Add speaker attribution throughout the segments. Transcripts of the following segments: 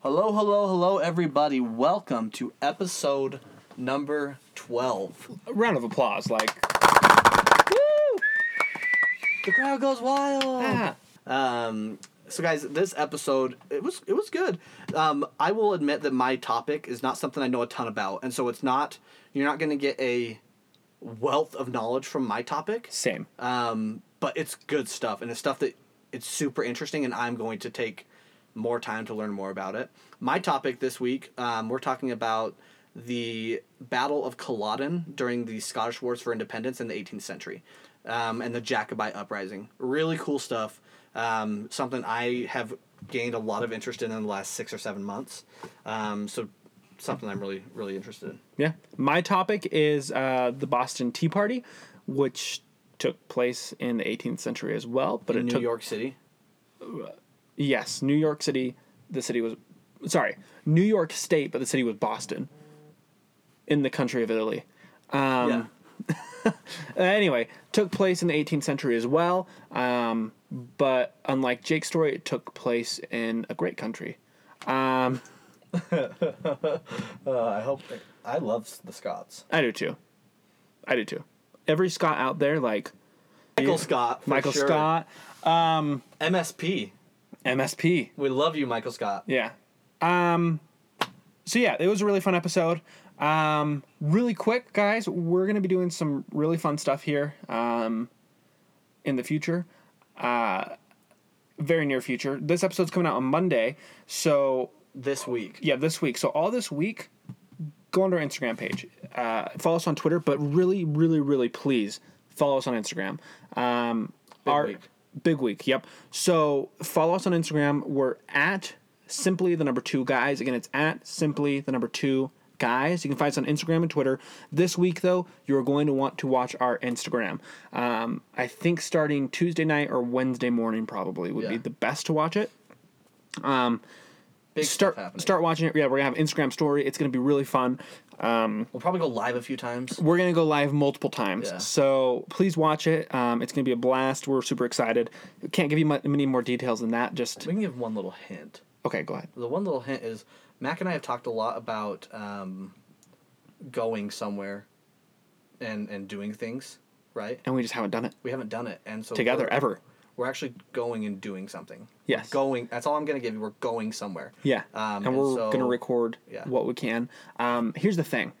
Speaker 1: Hello, hello, hello, everybody. Welcome to episode number 12.
Speaker 2: A round of applause, like
Speaker 1: The crowd goes wild.
Speaker 2: ah.
Speaker 1: Um, so, guys, this episode it was it was good. Um, I will admit that my topic is not something I know a ton about, and so it's not you're not going to get a wealth of knowledge from my topic.
Speaker 2: Same.
Speaker 1: Um, but it's good stuff, and it's stuff that it's super interesting, and I'm going to take more time to learn more about it. My topic this week, um, we're talking about the Battle of Culloden during the Scottish Wars for Independence in the 18th century, um, and the Jacobite uprising. Really cool stuff. Um, something I have gained a lot of interest in in the last six or seven months. Um, so something I'm really really interested in.
Speaker 2: Yeah. My topic is uh, the Boston Tea Party, which took place in the 18th century as well, but it
Speaker 1: New
Speaker 2: took
Speaker 1: York City.
Speaker 2: yes, New York City. The city was sorry, New York State, but the city was Boston in the country of Italy.
Speaker 1: yeah.
Speaker 2: Uh, anyway, took place in the 18th century as well, um, but unlike Jake's story, it took place in a great country. Um,
Speaker 1: uh, I hope I love the Scots.
Speaker 2: I do too. I do too. Every Scot out there, like
Speaker 1: Michael Scott. for
Speaker 2: Michael
Speaker 1: sure.
Speaker 2: Scott,
Speaker 1: MSP.
Speaker 2: MSP.
Speaker 1: We love you, Michael Scott.
Speaker 2: Yeah. Um. So yeah, it was a really fun episode. Um. Really quick, guys. We're gonna be doing some really fun stuff here. Um. In the future. Uh. Very near future. This episode's coming out on Monday. So
Speaker 1: This week.
Speaker 2: yeah, this week. So all this week, go on to our Instagram page. Uh, follow us on Twitter, but really, really, really, please follow us on Instagram. Um, big
Speaker 1: week.
Speaker 2: Big week. Yep. So follow us on Instagram. We're at simply the number two guys. Again, it's at simply the number two guys. You can find us on Instagram and Twitter. This week, though, you're going to want to watch our Instagram. Um, I think starting Tuesday night or Wednesday morning probably would be
Speaker 1: Yeah.
Speaker 2: the best to watch it
Speaker 1: Big
Speaker 2: start
Speaker 1: stuff happening.
Speaker 2: start watching it. Yeah, we're gonna have Instagram story. It's gonna be really fun.
Speaker 1: We'll probably go live a few times.
Speaker 2: We're gonna go live multiple times,
Speaker 1: Yeah.
Speaker 2: so please watch it. Um, it's gonna be a blast. We're super excited. Can't give you mu- many more details than that. Just
Speaker 1: We can give one little hint.
Speaker 2: okay, go ahead.
Speaker 1: The one little hint is Mac and I have talked a lot about um, going somewhere and and doing things, right?
Speaker 2: And we just haven't done it
Speaker 1: We haven't done it, and so
Speaker 2: together
Speaker 1: we're-
Speaker 2: ever.
Speaker 1: We're actually going and doing something.
Speaker 2: Yes.
Speaker 1: Going. That's all I'm gonna give you. We're going somewhere.
Speaker 2: Yeah,
Speaker 1: Um,
Speaker 2: and we're
Speaker 1: so-
Speaker 2: gonna record
Speaker 1: yeah.
Speaker 2: what we can. Um, here's the thing: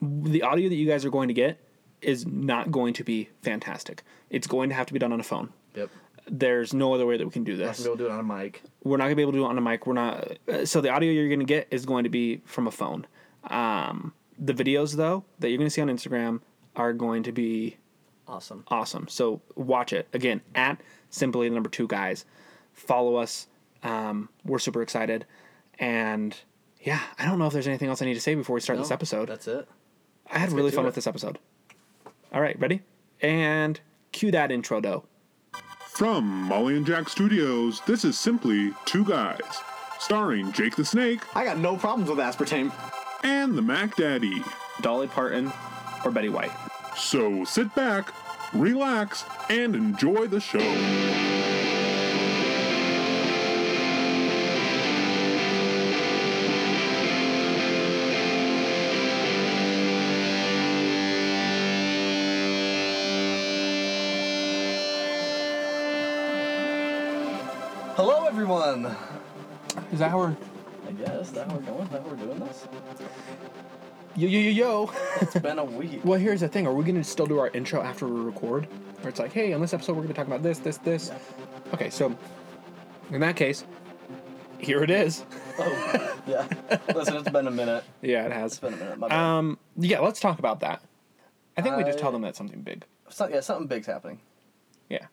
Speaker 2: the audio that you guys are going to get is not going to be fantastic. It's going to have to be done on a phone.
Speaker 1: Yep.
Speaker 2: There's no other way that we can do
Speaker 1: I'm
Speaker 2: this.
Speaker 1: gonna do it on a mic.
Speaker 2: we're not gonna be able to do it on a mic. We're not. uh, So the audio you're gonna get is going to be from a phone. Um, the videos though that you're gonna see on Instagram are going to be
Speaker 1: Awesome.
Speaker 2: awesome. So watch it again at simply the number two guys. Follow us. Um, we're super excited, and yeah, I don't know if there's anything else I need to say before we start this
Speaker 1: No,
Speaker 2: episode.
Speaker 1: That's it.
Speaker 2: I had
Speaker 1: get
Speaker 2: really
Speaker 1: to
Speaker 2: fun
Speaker 1: it.
Speaker 2: with this episode. All right, ready? And cue that intro though.
Speaker 3: From Molly and Jack Studios, this is simply Two Guys, starring Jake the Snake
Speaker 1: I got no problems with aspartame.
Speaker 3: and the Mac Daddy.
Speaker 2: Dolly Parton or Betty White.
Speaker 3: So sit back, relax, and enjoy the show.
Speaker 1: Hello, everyone.
Speaker 2: Is that how we're?
Speaker 1: I guess that how we're going. That we're doing this.
Speaker 2: Yo yo yo yo.
Speaker 1: It's been a week.
Speaker 2: Well, here's the thing: Are we going to still do our intro after we record? Where it's like, hey, on this episode we're going to talk about this, this, this. Okay, so in that case, here it is.
Speaker 1: Oh, yeah. Listen, it's been a minute.
Speaker 2: Yeah, it has.
Speaker 1: It's been a minute. My bad.
Speaker 2: Um, yeah, let's talk about that. I think we just
Speaker 1: I-
Speaker 2: tell them that's something big.
Speaker 1: So- yeah, something big's happening.
Speaker 2: Yeah,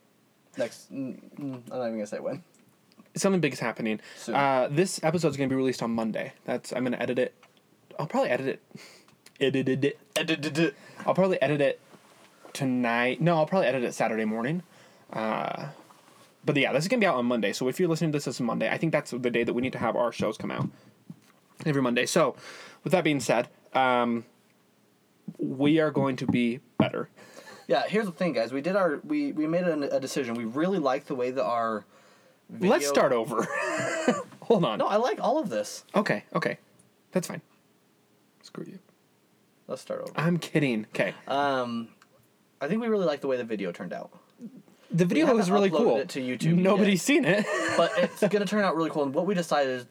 Speaker 1: Next, mm, mm, I'm not even gonna say when.
Speaker 2: something big is happening.
Speaker 1: Soon.
Speaker 2: Uh, this episode's going to be released on Monday. That's I'm going to edit it. I'll probably edit it. Edited it. I'll probably edit it tonight. No, I'll probably edit it Saturday morning. Uh, but yeah, this is gonna be out on Monday. So if you're listening to this this Monday, I think that's the day that we need to have our shows come out every Monday. So with that being said, um, we are going to be better.
Speaker 1: Yeah, here's the thing, guys. We did our we we made an, a decision. We really liked the way that our
Speaker 2: Let's
Speaker 1: Video-
Speaker 2: start over. Hold on.
Speaker 1: No, I like all of this.
Speaker 2: Okay, okay. That's fine. Screw you.
Speaker 1: Let's start over.
Speaker 2: I'm kidding. Okay.
Speaker 1: Um, I think we really like the way the video turned out,
Speaker 2: the video
Speaker 1: haven't
Speaker 2: was really
Speaker 1: uploaded
Speaker 2: cool.
Speaker 1: it to YouTube yet.
Speaker 2: Nobody's seen it.
Speaker 1: but it's gonna turn out really cool. And what we decided is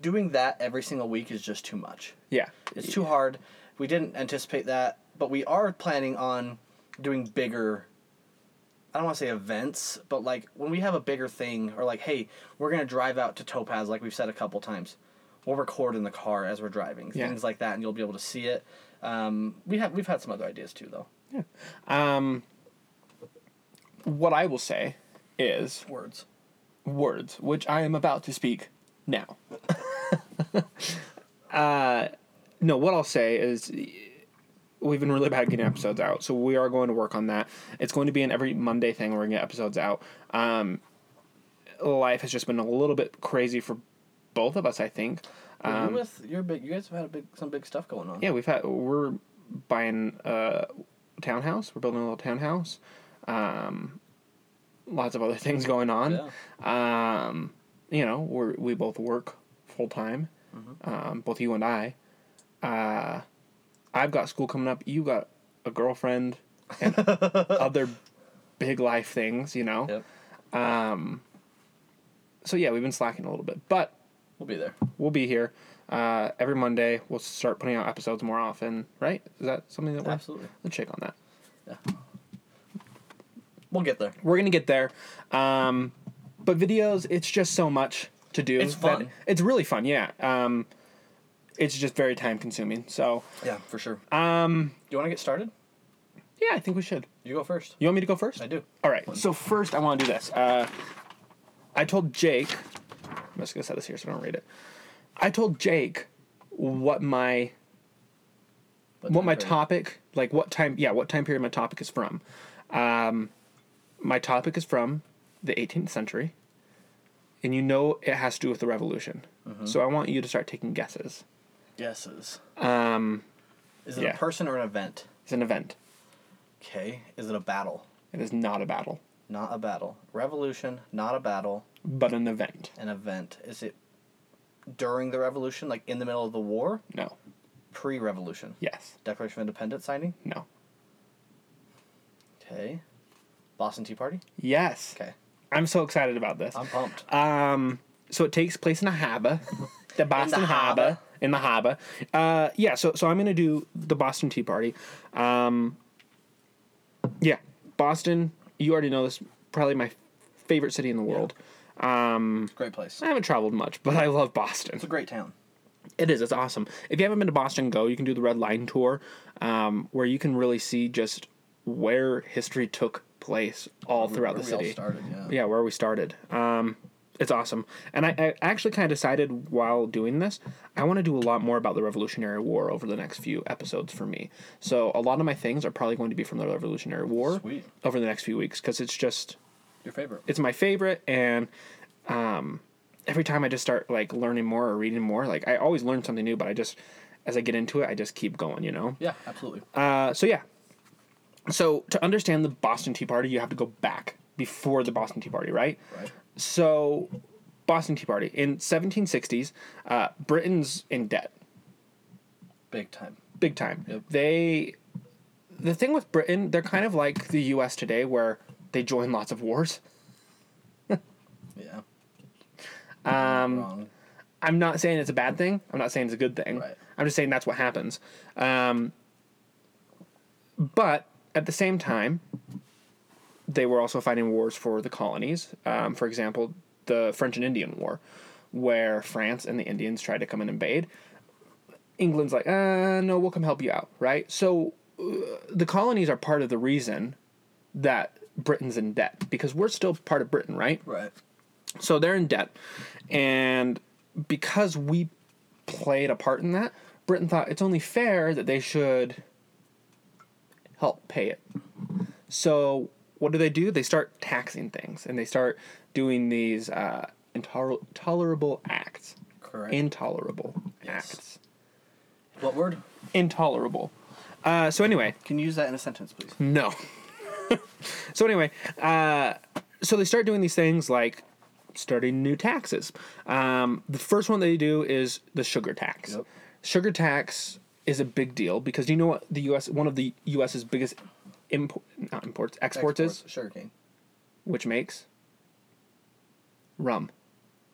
Speaker 1: doing that every single week is just too much.
Speaker 2: yeah.
Speaker 1: It's too hard. We didn't anticipate that, but we are planning on doing bigger. I don't want to say events, but like when we have a bigger thing, or like, hey, we're gonna drive out to Topaz, like we've said a couple times. We'll record in the car as we're driving,
Speaker 2: Yeah.
Speaker 1: things like that, and you'll be able to see it. Um, we have we've had some other ideas too, though.
Speaker 2: Um, What I will say is
Speaker 1: Words.
Speaker 2: words, which I am about to speak now. uh, no, what I'll say is we've been really bad at getting episodes out, so we are going to work on that. It's going to be an every Monday thing where we get episodes out. Um, life has just been a little bit crazy for both of us, I think.
Speaker 1: you with your big, you guys have had a big some big stuff going on.
Speaker 2: Yeah, we've had we're buying a townhouse. We're building a little townhouse. Um, lots of other things going on. Um, you know, we we both work full time. Um, both you and I. Uh, I've got school coming up. You got a girlfriend and other big life things. You know.
Speaker 1: Yep.
Speaker 2: So yeah, we've been slacking a little bit, but
Speaker 1: We'll be there.
Speaker 2: we'll be here. Uh, every Monday, we'll start putting out episodes more often, right? Is that something that works?
Speaker 1: Absolutely.
Speaker 2: Let's check on that.
Speaker 1: We'll get there.
Speaker 2: We're gonna get there, um, but videos, it's just so much to do.
Speaker 1: It's
Speaker 2: that-
Speaker 1: fun.
Speaker 2: it's really fun, yeah. Um, it's just very time consuming. So
Speaker 1: Yeah, for sure. Um, you want to get started?
Speaker 2: yeah, I think we should.
Speaker 1: You go first.
Speaker 2: You want me to go first?
Speaker 1: I do.
Speaker 2: All right. So first, I want to do this. Uh, I told Jake. I'm just gonna set this here so I don't read it. I told Jake what my what
Speaker 1: time
Speaker 2: my
Speaker 1: period?
Speaker 2: topic like what time yeah what time period my topic is from. Um, my topic is from the 18th century, and you know it has to do with the revolution.
Speaker 1: Uh-huh.
Speaker 2: So I want you to start taking guesses.
Speaker 1: Guesses. Um, is it
Speaker 2: yeah.
Speaker 1: a person or an event?
Speaker 2: It's an event.
Speaker 1: Okay. Is it a battle?
Speaker 2: It is not a battle,
Speaker 1: Not a battle. Revolution. Not a battle.
Speaker 2: but an event.
Speaker 1: An event. Is it during the revolution, like in the middle of the war?
Speaker 2: No.
Speaker 1: Pre-revolution.
Speaker 2: Yes.
Speaker 1: Declaration of Independence signing.
Speaker 2: No.
Speaker 1: Okay. Boston Tea Party.
Speaker 2: Yes.
Speaker 1: Okay.
Speaker 2: I'm so excited about this.
Speaker 1: I'm pumped.
Speaker 2: Um, so it takes place in a harbor, the Boston harbor.
Speaker 1: harbor.
Speaker 2: in the harbor. Uh, yeah. So so I'm gonna do the Boston Tea Party. Um, yeah, Boston. You already know this. Probably my favorite city in the world.
Speaker 1: Great place.
Speaker 2: I haven't traveled much, but I love Boston.
Speaker 1: It's a great town.
Speaker 2: It is. It's awesome. If you haven't been to Boston, go. You can do the Red Line tour, um, where you can really see just where history took place all throughout
Speaker 1: Where
Speaker 2: the
Speaker 1: we all
Speaker 2: city
Speaker 1: started. Yeah.
Speaker 2: yeah where we started um it's awesome and i, I actually kind of decided while doing this i want to do a lot more about the revolutionary war over the next few episodes for me so a lot of my things are probably going to be from the revolutionary war
Speaker 1: Sweet.
Speaker 2: over the next few weeks because it's just
Speaker 1: Your favorite.
Speaker 2: it's my favorite and um every time i just start like learning more or reading more like i always learn something new but i just as i get into it i just keep going you know
Speaker 1: yeah, absolutely.
Speaker 2: uh, so yeah. So to understand the Boston Tea Party, you have to go back before the Boston Tea Party, right?
Speaker 1: Right.
Speaker 2: So Boston Tea Party in 1760s, uh, Britain's in debt
Speaker 1: Big time.
Speaker 2: big time.
Speaker 1: Yep.
Speaker 2: They the thing with Britain, they're kind of like the US today where they join lots of wars.
Speaker 1: Yeah. Um. Wrong.
Speaker 2: I'm not saying it's a bad thing. I'm not saying it's a good thing.
Speaker 1: Right.
Speaker 2: I'm just saying that's what happens. Um, but at the same time, they were also fighting wars for the colonies. Um, for example, the French and Indian War, where France and the Indians tried to come and invade. England's like, uh, no, we'll come help you out, right? So uh, the colonies are part of the reason that Britain's in debt because we're still part of Britain, right?
Speaker 1: Right.
Speaker 2: So they're in debt. And because we played a part in that, Britain thought it's only fair that they should help pay it. So what do they do? They start taxing things and they start doing these uh, intoler- tolerable acts.
Speaker 1: Correct.
Speaker 2: Intolerable
Speaker 1: Yes.
Speaker 2: acts.
Speaker 1: what word?
Speaker 2: Intolerable. Uh, so anyway,
Speaker 1: Can you use that in a sentence, please?
Speaker 2: no. so anyway, uh, so they start doing these things like starting new taxes. Um, the first one they do is the sugar tax.
Speaker 1: Yep.
Speaker 2: Sugar tax is a big deal because you know what the U.S. one of the U.S.'s biggest import not imports exports, is
Speaker 4: sugar cane.
Speaker 2: which makes rum.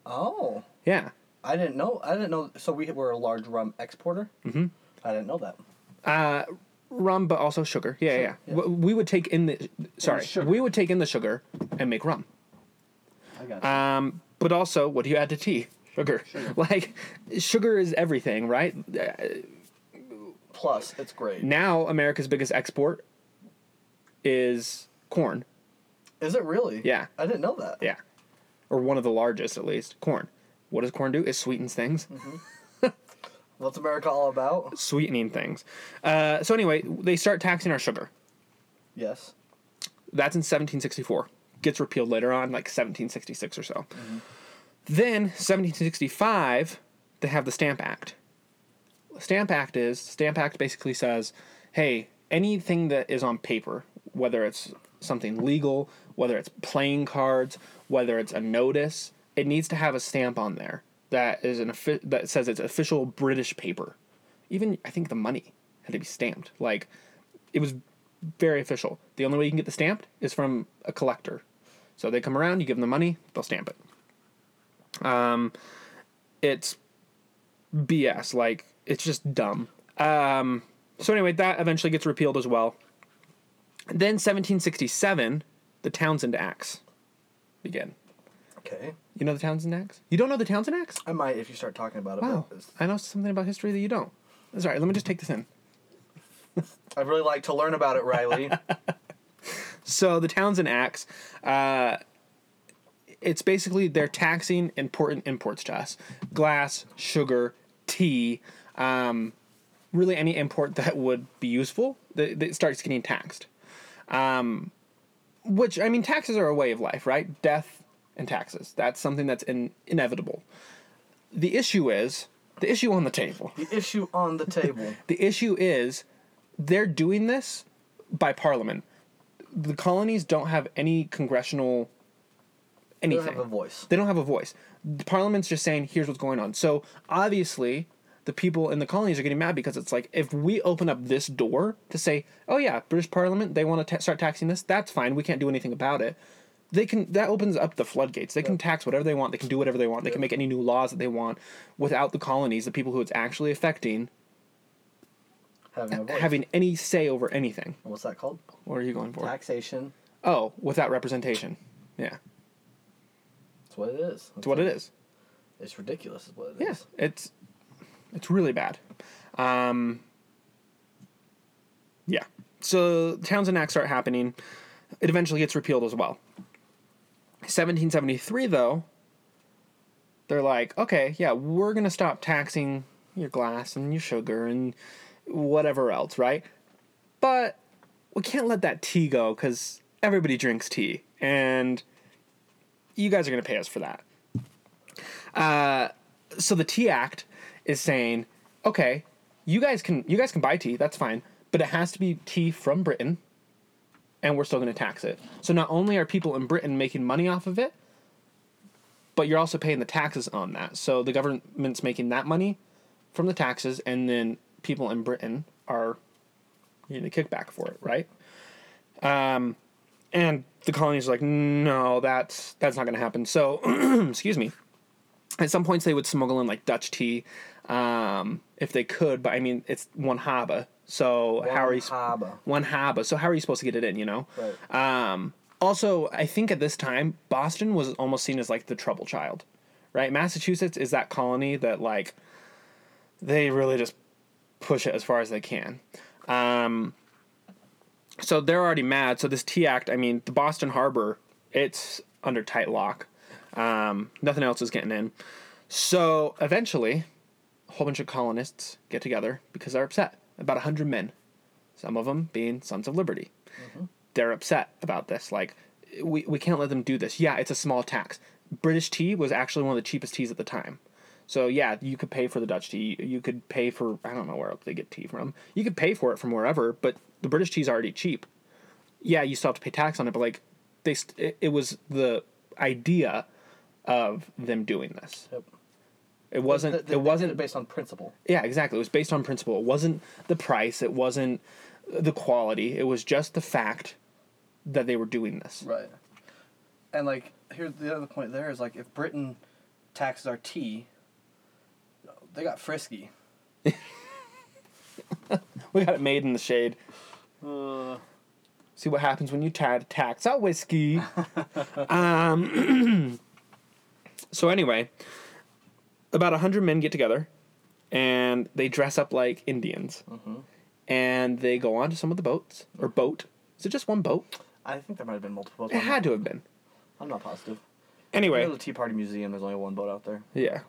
Speaker 4: Oh,
Speaker 2: Yeah.
Speaker 4: I didn't know. I didn't know. So we were a large rum exporter. Mm-hmm. I didn't know that.
Speaker 2: rum, but also sugar. Yeah, yeah. yeah.
Speaker 4: yeah.
Speaker 2: W- We would take in the sorry,
Speaker 4: sugar.
Speaker 2: we would take in the sugar and make rum.
Speaker 4: I got.
Speaker 2: Um, but also, what do you add to tea? Sugar. Like, sugar is everything, right?
Speaker 4: Plus, it's great.
Speaker 2: Now America's biggest export is corn.
Speaker 4: Is it really?
Speaker 2: Yeah.
Speaker 4: I didn't know that.
Speaker 2: Yeah, or one of the largest, at least. Corn. What does corn do? It sweetens things.
Speaker 4: What's America all about?
Speaker 2: Sweetening things. Uh, so anyway, they start taxing our sugar.
Speaker 4: Yes.
Speaker 2: That's in 1764. Gets repealed later on, like 1766 or so. Then 1765, they have the Stamp Act. Stamp Act is Stamp Act basically says, hey, anything that is on paper, whether it's something legal, whether it's playing cards, whether it's a notice, it needs to have a stamp on there that is an offi- that says it's official British paper. Even I think the money had to be stamped. Like it was very official. The only way you can get the stamped is from a collector. So they come around, you give them the money, they'll stamp it. Um, it's BS. Like it's just dumb. Um, so anyway, that eventually gets repealed as well. Then 1767, the Townsend Acts begin.
Speaker 4: Okay.
Speaker 2: You know the Townsend Acts? You don't know the Townsend Acts?
Speaker 4: I might if you start talking about it. but
Speaker 2: Wow,
Speaker 4: it's-
Speaker 2: I know something about history that you don't. That's all right. Let me just take this in.
Speaker 4: I really like to learn about it, Riley.
Speaker 2: So the Townsend Acts, uh, it's basically they're taxing important imports to us: glass, sugar, tea, um, really any import that would be useful that, that starts getting taxed. Um, which I mean, taxes are a way of life, right? Death and taxes—that's something that's in, inevitable. The issue is the issue on the table.
Speaker 4: the issue on the table.
Speaker 2: The issue is they're doing this by parliament. The colonies don't have any
Speaker 4: You
Speaker 2: congressional anything.
Speaker 4: don't have a voice.
Speaker 2: They don't have a voice. The parliament's just saying, here's what's going on. So obviously, the people in the colonies are getting mad because it's like, if we open up this door to say, oh yeah, British Parliament, they want to ta- start taxing this, that's fine. We can't do anything about it. They can. That opens up the floodgates. They can tax whatever they want. They can do whatever they want. They can make any new laws that they want, without the colonies, the people who it's actually affecting,
Speaker 4: Having a voice.
Speaker 2: having any say over anything.
Speaker 4: What's that called?
Speaker 2: What are you going for?
Speaker 4: Taxation.
Speaker 2: Oh, without representation. Yeah,
Speaker 4: That's what it is.
Speaker 2: it's what it is.
Speaker 4: It's ridiculous. Is what it is.
Speaker 2: Yes, it's it's really bad. Um, yeah. So Townsend Acts start happening. It eventually gets repealed as well. 1773, though, they're like, okay, yeah, we're gonna stop taxing your glass and your sugar and whatever else, right? But we can't let that tea go because everybody drinks tea, and you guys are gonna pay us for that so the tea act is saying okay you guys can you guys can buy tea that's fine but it has to be tea from britain and we're still going to tax it so not only are people in britain making money off of it but you're also paying the taxes on that so the government's making that money from the taxes and then people in britain are getting a kickback for it right um, and the colonies are like no that's that's not going to happen so excuse me at some points they would smuggle in like Dutch tea, um, if they could. But I mean, it's one haba, so how are you? sp-
Speaker 4: Haba.
Speaker 2: One haba. So how are you supposed to get it in? You know.
Speaker 4: Right.
Speaker 2: Um, also, I think at this time Boston was almost seen as like the trouble child, right? Massachusetts is that colony that like they really just push it as far as they can. Um, so they're already mad. So this Tea Act, I mean, the Boston Harbor, it's under tight lock. Um, nothing else is getting in. So eventually, a whole bunch of colonists get together because they're upset. About 100 men, some of them being Sons of Liberty. They're upset about this. Like, we, we can't let them do this. Yeah, it's a small tax. British tea was actually one of the cheapest teas at the time. So yeah, you could pay for the Dutch tea. You could pay for I don't know where else they get tea from. You could pay for it from wherever, but the British tea's already cheap. Yeah, you still have to pay tax on it, but like they st- it, it was the idea of them doing this.
Speaker 1: Yep.
Speaker 2: It wasn't.
Speaker 1: They- they- they
Speaker 2: it
Speaker 1: did
Speaker 2: wasn't
Speaker 1: based on principle.
Speaker 2: Yeah, exactly. It was based on principle. It wasn't the price. It wasn't the quality. It was just the fact that they were doing this.
Speaker 1: Right. And like here's the other point there is like if Britain taxes our tea, they got frisky.
Speaker 2: We got it made in the shade. See what happens when you ta- tax out whiskey. um, so anyway, about a hundred men get together, and they dress up like Indians, and they go onto some of the boats or boat. Is it just one boat?
Speaker 1: I think there might have been multiple.
Speaker 2: It had to have been.
Speaker 1: I'm not positive.
Speaker 2: Anyway,
Speaker 1: You know the Tea Party Museum. There's only one boat out there,
Speaker 2: Yeah.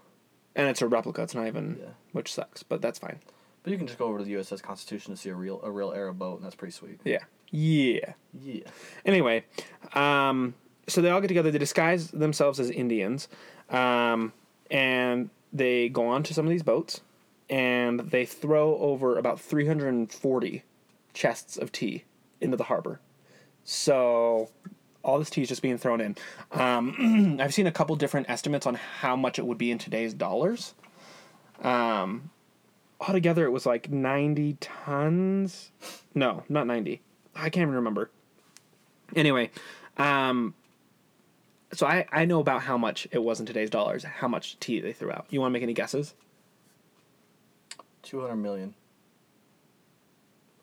Speaker 2: And it's a replica. It's not even,
Speaker 1: Yeah.
Speaker 2: which sucks, but that's fine.
Speaker 1: but you can just go over to the USS Constitution to see a real a real Arab boat, and that's pretty sweet.
Speaker 2: Yeah. Yeah.
Speaker 1: Yeah.
Speaker 2: Anyway, um, so they all get together. They disguise themselves as Indians, um, and they go on to some of these boats, and they throw over about 340 chests of tea into the harbor. So all this tea is just being thrown in. Um, I've seen a couple different estimates on how much it would be in today's dollars. Um, altogether, it was like 90 tons. No, not 90. I can't even remember anyway um so i i know about how much it was in today's dollars how much tea they threw out you want to make any guesses
Speaker 1: Two hundred million.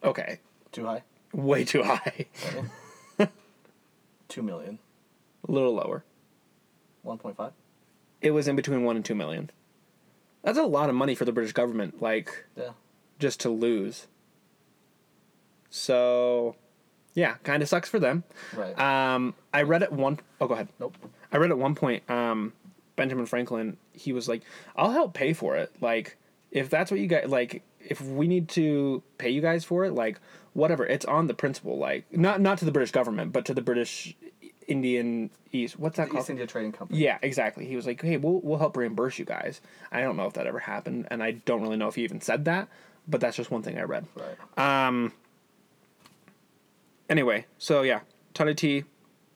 Speaker 2: okay
Speaker 1: Too high.
Speaker 2: way too high
Speaker 1: Two million.
Speaker 2: a little lower
Speaker 1: One point five.
Speaker 2: it was in between 1 and 2 million that's a lot of money for the british government like
Speaker 1: Yeah.
Speaker 2: just to lose so yeah kind of sucks for them
Speaker 1: Right.
Speaker 2: um i read at one oh go ahead
Speaker 1: nope.
Speaker 2: I read at one point, um, Benjamin Franklin, he was like, I'll help pay for it. Like, if that's what you guys, like, if we need to pay you guys for it, like, whatever, it's on the principle. Like, not, not to the British government, but to the British Indian East. What's that
Speaker 1: The
Speaker 2: called?
Speaker 1: East India Trading Company.
Speaker 2: yeah, exactly. He was like, hey, we'll, we'll help reimburse you guys. I don't know if that ever happened, and I don't really know if he even said that, but that's just one thing I read.
Speaker 1: Right.
Speaker 2: Um, Anyway, so yeah, ton of tea.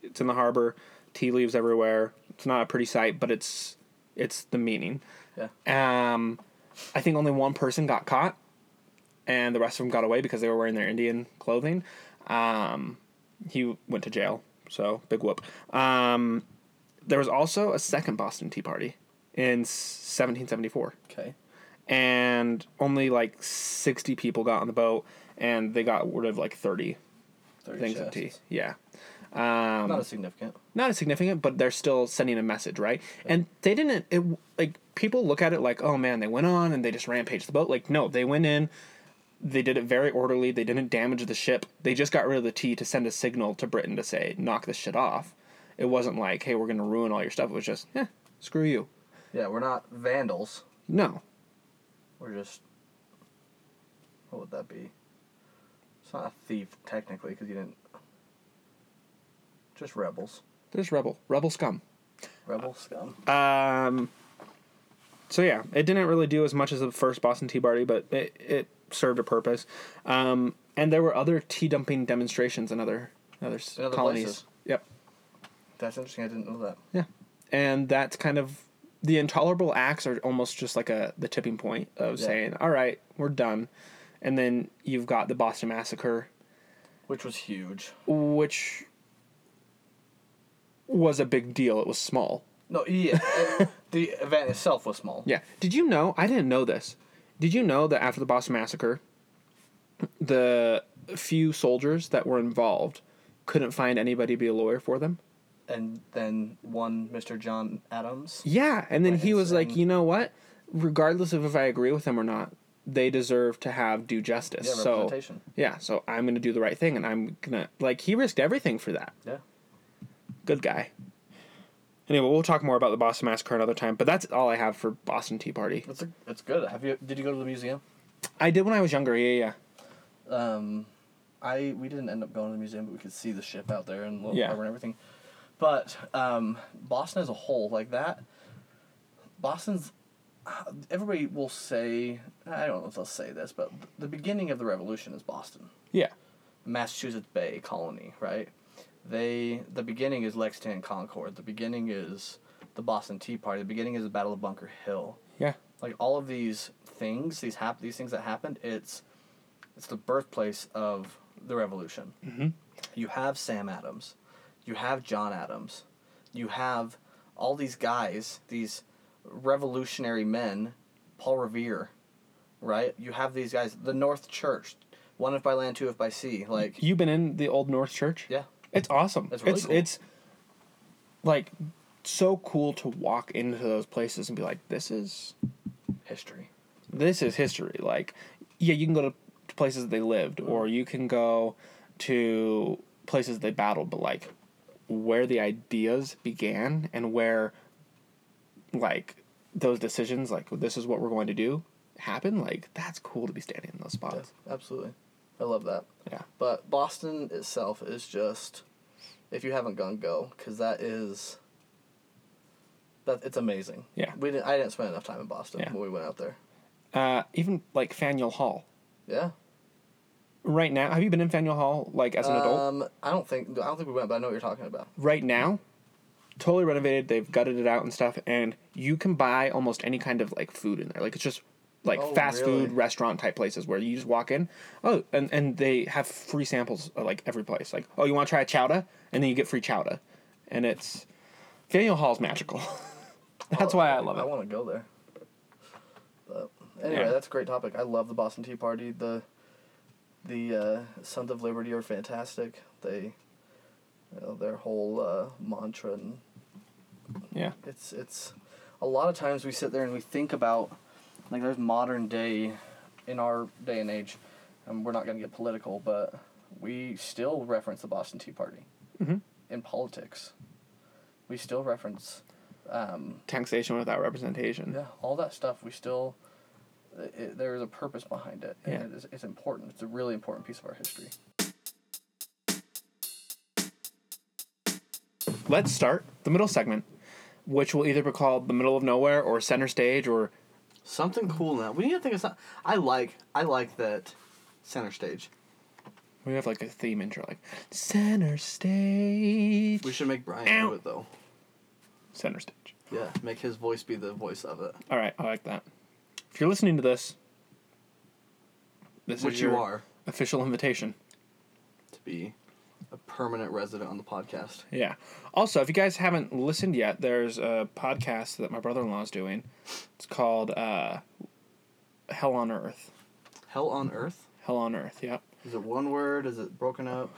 Speaker 2: It's in the harbor. Tea leaves everywhere. It's not a pretty sight, but it's it's the meaning.
Speaker 1: yeah.
Speaker 2: Um, I think only one person got caught, and the rest of them got away because they were wearing their Indian clothing. Um, he went to jail, so big whoop. Um, there was also a second Boston Tea Party in 1774
Speaker 1: Okay.
Speaker 2: and only like 60 people got on the boat and they got rid of like 30
Speaker 1: Thirty
Speaker 2: things of
Speaker 1: chests.
Speaker 2: tea Um, yeah
Speaker 1: Not as significant.
Speaker 2: not as significant but they're still sending a message right and they didn't it like people look at it like oh man they went on and they just rampaged the boat like no they went in they did it very orderly they didn't damage the ship they just got rid of the tea to send a signal to britain to say knock this shit off it wasn't like hey we're gonna ruin all your stuff it was just eh, screw you
Speaker 1: Yeah, we're not vandals.
Speaker 2: no
Speaker 1: We're just. What would that be? It's not a thief technically, because you didn't. Just rebels.
Speaker 2: there's rebel rebel scum
Speaker 1: Rebel scum.
Speaker 2: Um, so yeah, it didn't really do as much as the first Boston Tea Party, but it, it served a purpose. Um, and there were other tea dumping demonstrations in other in other s-
Speaker 1: In other
Speaker 2: colonies.
Speaker 1: places.
Speaker 2: Yep.
Speaker 1: That's interesting. I didn't know that.
Speaker 2: Yeah. And that's kind of the intolerable acts are almost just like a the tipping point of
Speaker 1: Yeah.
Speaker 2: saying, "All right, we're done." And then you've got the Boston Massacre,
Speaker 1: Which was huge.
Speaker 2: which was a big deal. It was small,
Speaker 1: No, yeah. it- the event itself was small.
Speaker 2: Yeah. Did you know? I didn't know this. Did you know that after the Boston Massacre, the few soldiers that were involved couldn't find anybody to be a lawyer for them?
Speaker 1: And then one Mr. John Adams.
Speaker 2: Yeah. And then he
Speaker 1: Right,
Speaker 2: was like,
Speaker 1: and-
Speaker 2: you know what? Regardless of if I agree with them or not, they deserve to have due justice.
Speaker 1: Yeah,
Speaker 2: so,
Speaker 1: representation.
Speaker 2: yeah. So I'm going to do the right thing and I'm going to, like, he risked everything for that.
Speaker 1: Yeah.
Speaker 2: Good guy. Anyway, we'll talk more about the Boston Massacre another time, but that's all I have for Boston Tea Party.
Speaker 1: That's a, that's good. Have you? Did you go to the museum?
Speaker 2: I did when I was younger. Yeah, yeah.
Speaker 1: Um, I we didn't end up going to the museum, but we could see the ship out there and little
Speaker 2: Yeah.
Speaker 1: harbor and everything. But um, Boston as a whole, like that, Boston's. uh, Everybody will say I don't know if they'll say this, but the beginning of the revolution is Boston,
Speaker 2: Yeah.
Speaker 1: Massachusetts Bay Colony, right? They the beginning is Lexington and Concord. The beginning is
Speaker 4: the Boston Tea Party. The beginning is the Battle of Bunker Hill.
Speaker 2: Yeah.
Speaker 4: Like all of these things, these hap- these things that happened, it's it's the birthplace of the revolution. Mm-hmm. You have Sam Adams, you have John Adams, you have all these guys, these revolutionary men, Paul Revere, right? You have these guys, the North Church, one if by land, two if by sea, like
Speaker 2: You've been in the old North Church?
Speaker 4: yeah.
Speaker 2: It's awesome.
Speaker 4: It's really
Speaker 2: it's,
Speaker 4: cool.
Speaker 2: it's like so cool to walk into those places and be like, this is
Speaker 4: history.
Speaker 2: this is history. Like, yeah, you can go to places that they lived,
Speaker 4: Mm-hmm.
Speaker 2: or you can go to places they battled, but like where the ideas began and where like those decisions, like this is what we're going to do, happen. Like that's cool to be standing in those spots.
Speaker 4: Absolutely. I love that.
Speaker 2: Yeah,
Speaker 4: But Boston itself is just, if you haven't gone, go, because that is, that it's amazing.
Speaker 2: Yeah.
Speaker 4: We didn't. I didn't spend enough time in Boston
Speaker 2: Yeah.
Speaker 4: when we went out there.
Speaker 2: Uh, even like Faneuil Hall.
Speaker 4: Yeah.
Speaker 2: Right now, have you been in Faneuil Hall like as an adult?
Speaker 4: Um, I don't think I don't think we went, but I know what you're talking about.
Speaker 2: Right now, totally renovated. They've gutted it out and stuff, and you can buy almost any kind of like food in there. Like it's just like
Speaker 4: Oh,
Speaker 2: fast
Speaker 4: really?
Speaker 2: food restaurant type places where you just walk in. Oh, and and they have free samples of, like every place. Like oh, you want to try a chowder, and then you get free chowder, and it's Faneuil Hall's magical. That's why I love
Speaker 4: Oh, I
Speaker 2: it.
Speaker 4: want to go there. But anyway,
Speaker 2: Yeah.
Speaker 4: that's a great topic. I love the Boston Tea Party. The the uh, Sons of Liberty are fantastic. They you know, their whole uh, mantra and
Speaker 2: Yeah,
Speaker 4: it's it's a lot of times we sit there and we think about like there's modern day in our day and age and we're not going to get political but we still reference the boston tea party
Speaker 1: Mm-hmm.
Speaker 4: in politics we still reference um,
Speaker 2: taxation without representation.
Speaker 4: yeah all that stuff we still it, there is a purpose behind it and
Speaker 2: Yeah.
Speaker 4: it is, it's important it's a really important piece of our history
Speaker 2: Let's start the middle segment, which will either be called the middle of nowhere or center stage or
Speaker 1: Something cool now. We need to think of something. I like. I like that center stage.
Speaker 2: We have like a theme intro, like center stage.
Speaker 1: We should make Brian do it though.
Speaker 2: Center stage.
Speaker 1: Yeah, make his voice be the voice of it,
Speaker 2: All right, I like that. If you're listening to this, this
Speaker 1: which
Speaker 2: is
Speaker 1: you
Speaker 2: your
Speaker 1: are
Speaker 2: official invitation.
Speaker 1: to be a permanent resident on the podcast.
Speaker 2: Yeah. Also, if you guys haven't listened yet, there's a podcast that my brother-in-law is doing. It's called uh, Hell on Earth.
Speaker 1: Hell on Earth.
Speaker 2: Hell on Earth. Yep.
Speaker 1: Is it one word? Is it broken up?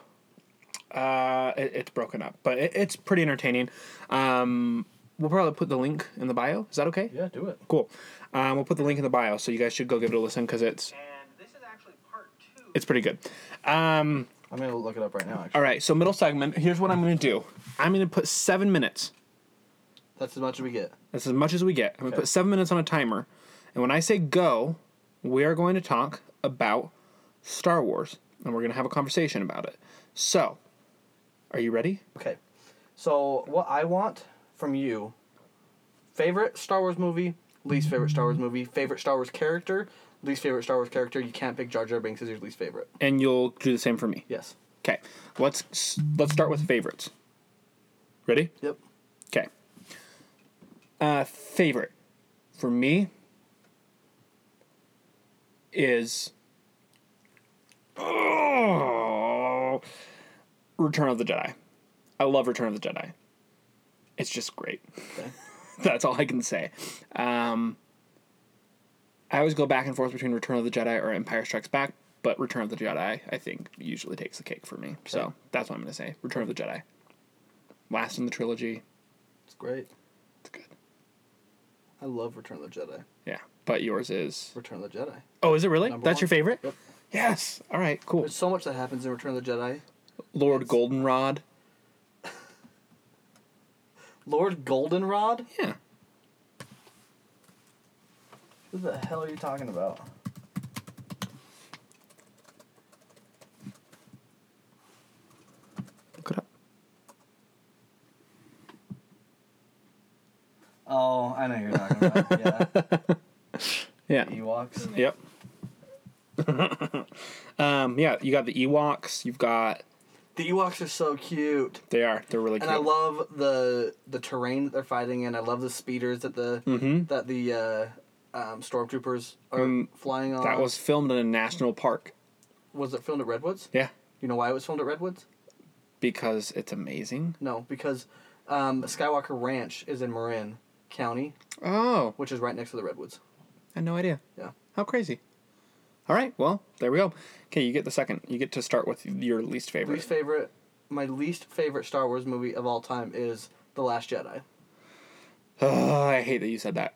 Speaker 2: Uh, it, it's broken up, but it, it's pretty entertaining. Um, we'll probably put the link in the bio. Is that okay?
Speaker 4: yeah do it
Speaker 2: Cool. Um, we'll put the link in the bio, so you guys should go give it a listen because it's
Speaker 5: And this is actually part two.
Speaker 2: it's pretty good. Um,
Speaker 1: I'm gonna look it up right now. Actually,
Speaker 2: all right, so middle segment. Here's what I'm going to do. I'm going to put seven minutes.
Speaker 1: that's as much as we get.
Speaker 2: That's as much as we get. I'm going to
Speaker 1: Okay.
Speaker 2: put seven minutes on a timer, and when I say go, we are going to talk about Star Wars, and we're going to have a conversation about it. So, are you ready?
Speaker 1: Okay. So what I want from you favorite Star Wars movie, least favorite Star Wars movie, favorite Star Wars character, least favorite Star Wars character. You can't pick Jar Jar Binks as your least favorite.
Speaker 2: And you'll do the same for me.
Speaker 1: Yes.
Speaker 2: Okay. Let's let's start with favorites. Ready?
Speaker 1: Yep.
Speaker 2: Okay. Uh, favorite for me is oh, Return of the Jedi. I love Return of the Jedi. It's just great. That's all I can say. Um, I always go back and forth between Return of the Jedi or Empire Strikes Back, but Return of the Jedi, I think, usually takes the cake for me. So that's what I'm going to say. Return of the Jedi. Last in the trilogy,
Speaker 1: It's great.
Speaker 2: it's good.
Speaker 1: I love Return of the Jedi.
Speaker 2: Yeah. But yours is.
Speaker 1: Return of the Jedi.
Speaker 2: Oh, is it really?
Speaker 1: Number
Speaker 2: That's
Speaker 1: one.
Speaker 2: your favorite?
Speaker 1: Yep.
Speaker 2: Yes. All right, cool.
Speaker 1: There's so much that happens in Return of the Jedi.
Speaker 2: Lord Goldenrod.
Speaker 1: Lord Goldenrod?
Speaker 2: Yeah.
Speaker 1: Who the hell are you talking about?
Speaker 2: Look it up.
Speaker 1: Oh, I know who you're talking about. Yeah.
Speaker 2: Yeah.
Speaker 1: Ewoks.
Speaker 2: Yep. um, yeah, you got the Ewoks, you've got
Speaker 1: The Ewoks are so cute.
Speaker 2: They are. They're really
Speaker 1: And
Speaker 2: cute.
Speaker 1: I love the the terrain that they're fighting in. I love the speeders that the
Speaker 2: Mm-hmm.
Speaker 1: that the uh, um, stormtroopers are flying on.
Speaker 2: Um, that was filmed in a national park.
Speaker 1: was it filmed at Redwoods?
Speaker 2: Yeah,
Speaker 1: You know why it was filmed at Redwoods?
Speaker 2: because it's amazing.
Speaker 1: No, because um, Skywalker Ranch is in Marin County,
Speaker 2: Oh,
Speaker 1: which is right next to the Redwoods.
Speaker 2: I had no idea.
Speaker 1: Yeah.
Speaker 2: How crazy. All right. Well, there we go. Okay, you get the second. You get to start with your least favorite.
Speaker 1: Least favorite, my least favorite Star Wars movie of all time is The Last Jedi.
Speaker 2: Ugh, I hate that you said that.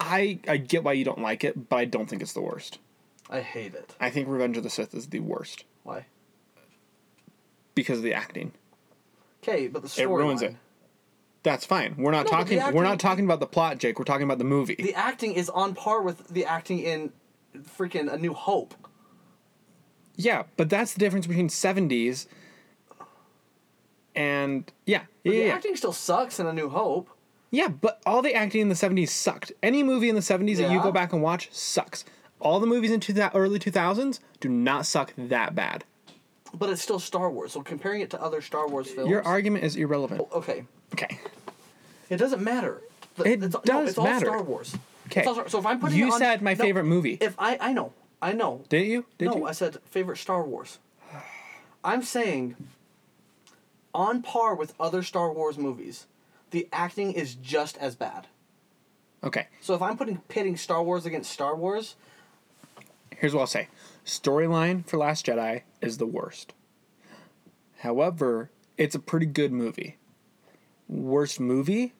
Speaker 2: I I get why you don't like it, but I don't think it's the worst.
Speaker 1: I hate it.
Speaker 2: I think Revenge of the Sith is the worst
Speaker 1: Why?
Speaker 2: because of the acting.
Speaker 1: Okay, but the
Speaker 2: It
Speaker 1: story
Speaker 2: ruins it. That's fine. We're not
Speaker 1: No, but
Speaker 2: talking.
Speaker 1: the
Speaker 2: we're
Speaker 1: acting-
Speaker 2: not talking about the plot, Jake. We're talking about the movie.
Speaker 1: The acting is on par with the acting in freaking A New Hope.
Speaker 2: yeah, but that's the difference between seventies and yeah, yeah,
Speaker 1: But
Speaker 2: yeah,
Speaker 1: the
Speaker 2: yeah.
Speaker 1: acting still sucks in A New Hope.
Speaker 2: Yeah, but all the acting in the 70s sucked. Any movie in the 70s that you
Speaker 1: Yeah.
Speaker 2: go back and watch sucks. All the movies in two thou- early 2000s do not suck that bad.
Speaker 1: But it's still Star Wars, so comparing it to other Star Wars films.
Speaker 2: Your argument is irrelevant.
Speaker 1: okay,
Speaker 2: Okay.
Speaker 1: it doesn't matter. The-
Speaker 2: It
Speaker 1: it's, no,
Speaker 2: does
Speaker 1: it's all
Speaker 2: matter.
Speaker 1: Star Wars. It's
Speaker 2: Okay.
Speaker 1: all Star- so if I'm putting
Speaker 2: You
Speaker 1: it on-
Speaker 2: said my
Speaker 1: no,
Speaker 2: favorite movie.
Speaker 1: If I I know I know.
Speaker 2: Didn't you? Did
Speaker 1: no,
Speaker 2: you?
Speaker 1: I said favorite Star Wars. I'm saying on par with other Star Wars movies, the acting is just as bad.
Speaker 2: okay.
Speaker 1: So if I'm putting pitting Star Wars against Star Wars,
Speaker 2: Here's what I'll say. Storyline for Last Jedi is the worst. However, it's a pretty good movie. Worst movie?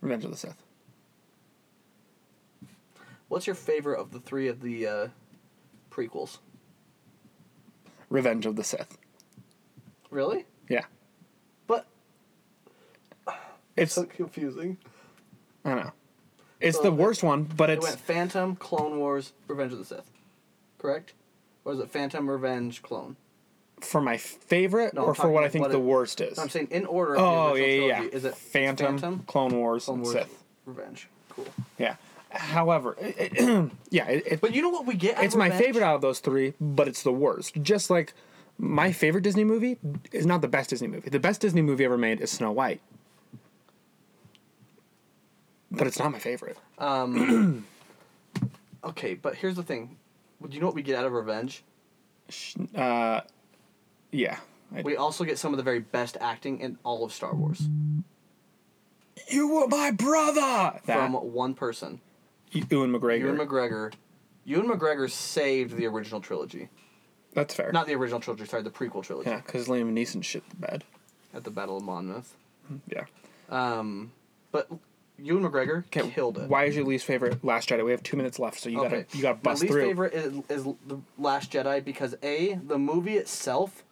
Speaker 2: Revenge of the Sith.
Speaker 1: what's your favorite of the three of the uh, prequels?
Speaker 2: Revenge of the Sith.
Speaker 1: Really?
Speaker 2: Yeah.
Speaker 1: But
Speaker 2: It's
Speaker 1: confusing.
Speaker 2: I know. It's
Speaker 1: So
Speaker 2: the
Speaker 1: it-
Speaker 2: worst one, but
Speaker 1: It
Speaker 2: it's
Speaker 1: went Phantom, Clone Wars, Revenge of the Sith. Correct? Or is it Phantom, Revenge, Clone?
Speaker 2: for my favorite
Speaker 1: No, I'm
Speaker 2: or for what
Speaker 1: talking
Speaker 2: I think
Speaker 1: what
Speaker 2: the
Speaker 1: it-
Speaker 2: worst is.
Speaker 1: No, I'm saying in order. of the
Speaker 2: oh yeah,
Speaker 1: original
Speaker 2: yeah, yeah.
Speaker 1: trilogy, Is it
Speaker 2: Phantom, Clone Wars,
Speaker 1: Clone
Speaker 2: and
Speaker 1: Wars,
Speaker 2: Sith?
Speaker 1: Revenge? Cool.
Speaker 2: Yeah. However, yeah, it, it-
Speaker 1: But you know what we get? out of
Speaker 2: it's my
Speaker 1: Revenge?
Speaker 2: favorite out of those three, but it's the worst. Just like my favorite Disney movie is not the best Disney movie. The best Disney movie ever made is Snow White, but it's not my favorite.
Speaker 1: Okay, but here's the thing. Do you know what we get out of Revenge?
Speaker 2: Yeah. I-
Speaker 1: We also get some of the very best acting in all of Star Wars
Speaker 2: you were my brother. That E-,
Speaker 1: from one person,
Speaker 2: Ewan McGregor.
Speaker 1: Ewan McGregor. Ewan McGregor saved the original trilogy.
Speaker 2: That's fair.
Speaker 1: Not the original trilogy, sorry, the prequel trilogy
Speaker 2: yeah, because Liam Neeson shit the bed.
Speaker 1: at the Battle of Monmouth.
Speaker 2: Yeah.
Speaker 1: Um, but Ewan McGregor killed it.
Speaker 2: Why is your least favorite Last Jedi? We have two minutes left, so you gotta you gotta
Speaker 1: My
Speaker 2: bust
Speaker 1: least
Speaker 2: through.
Speaker 1: favorite is, is the Last Jedi because a the movie itself.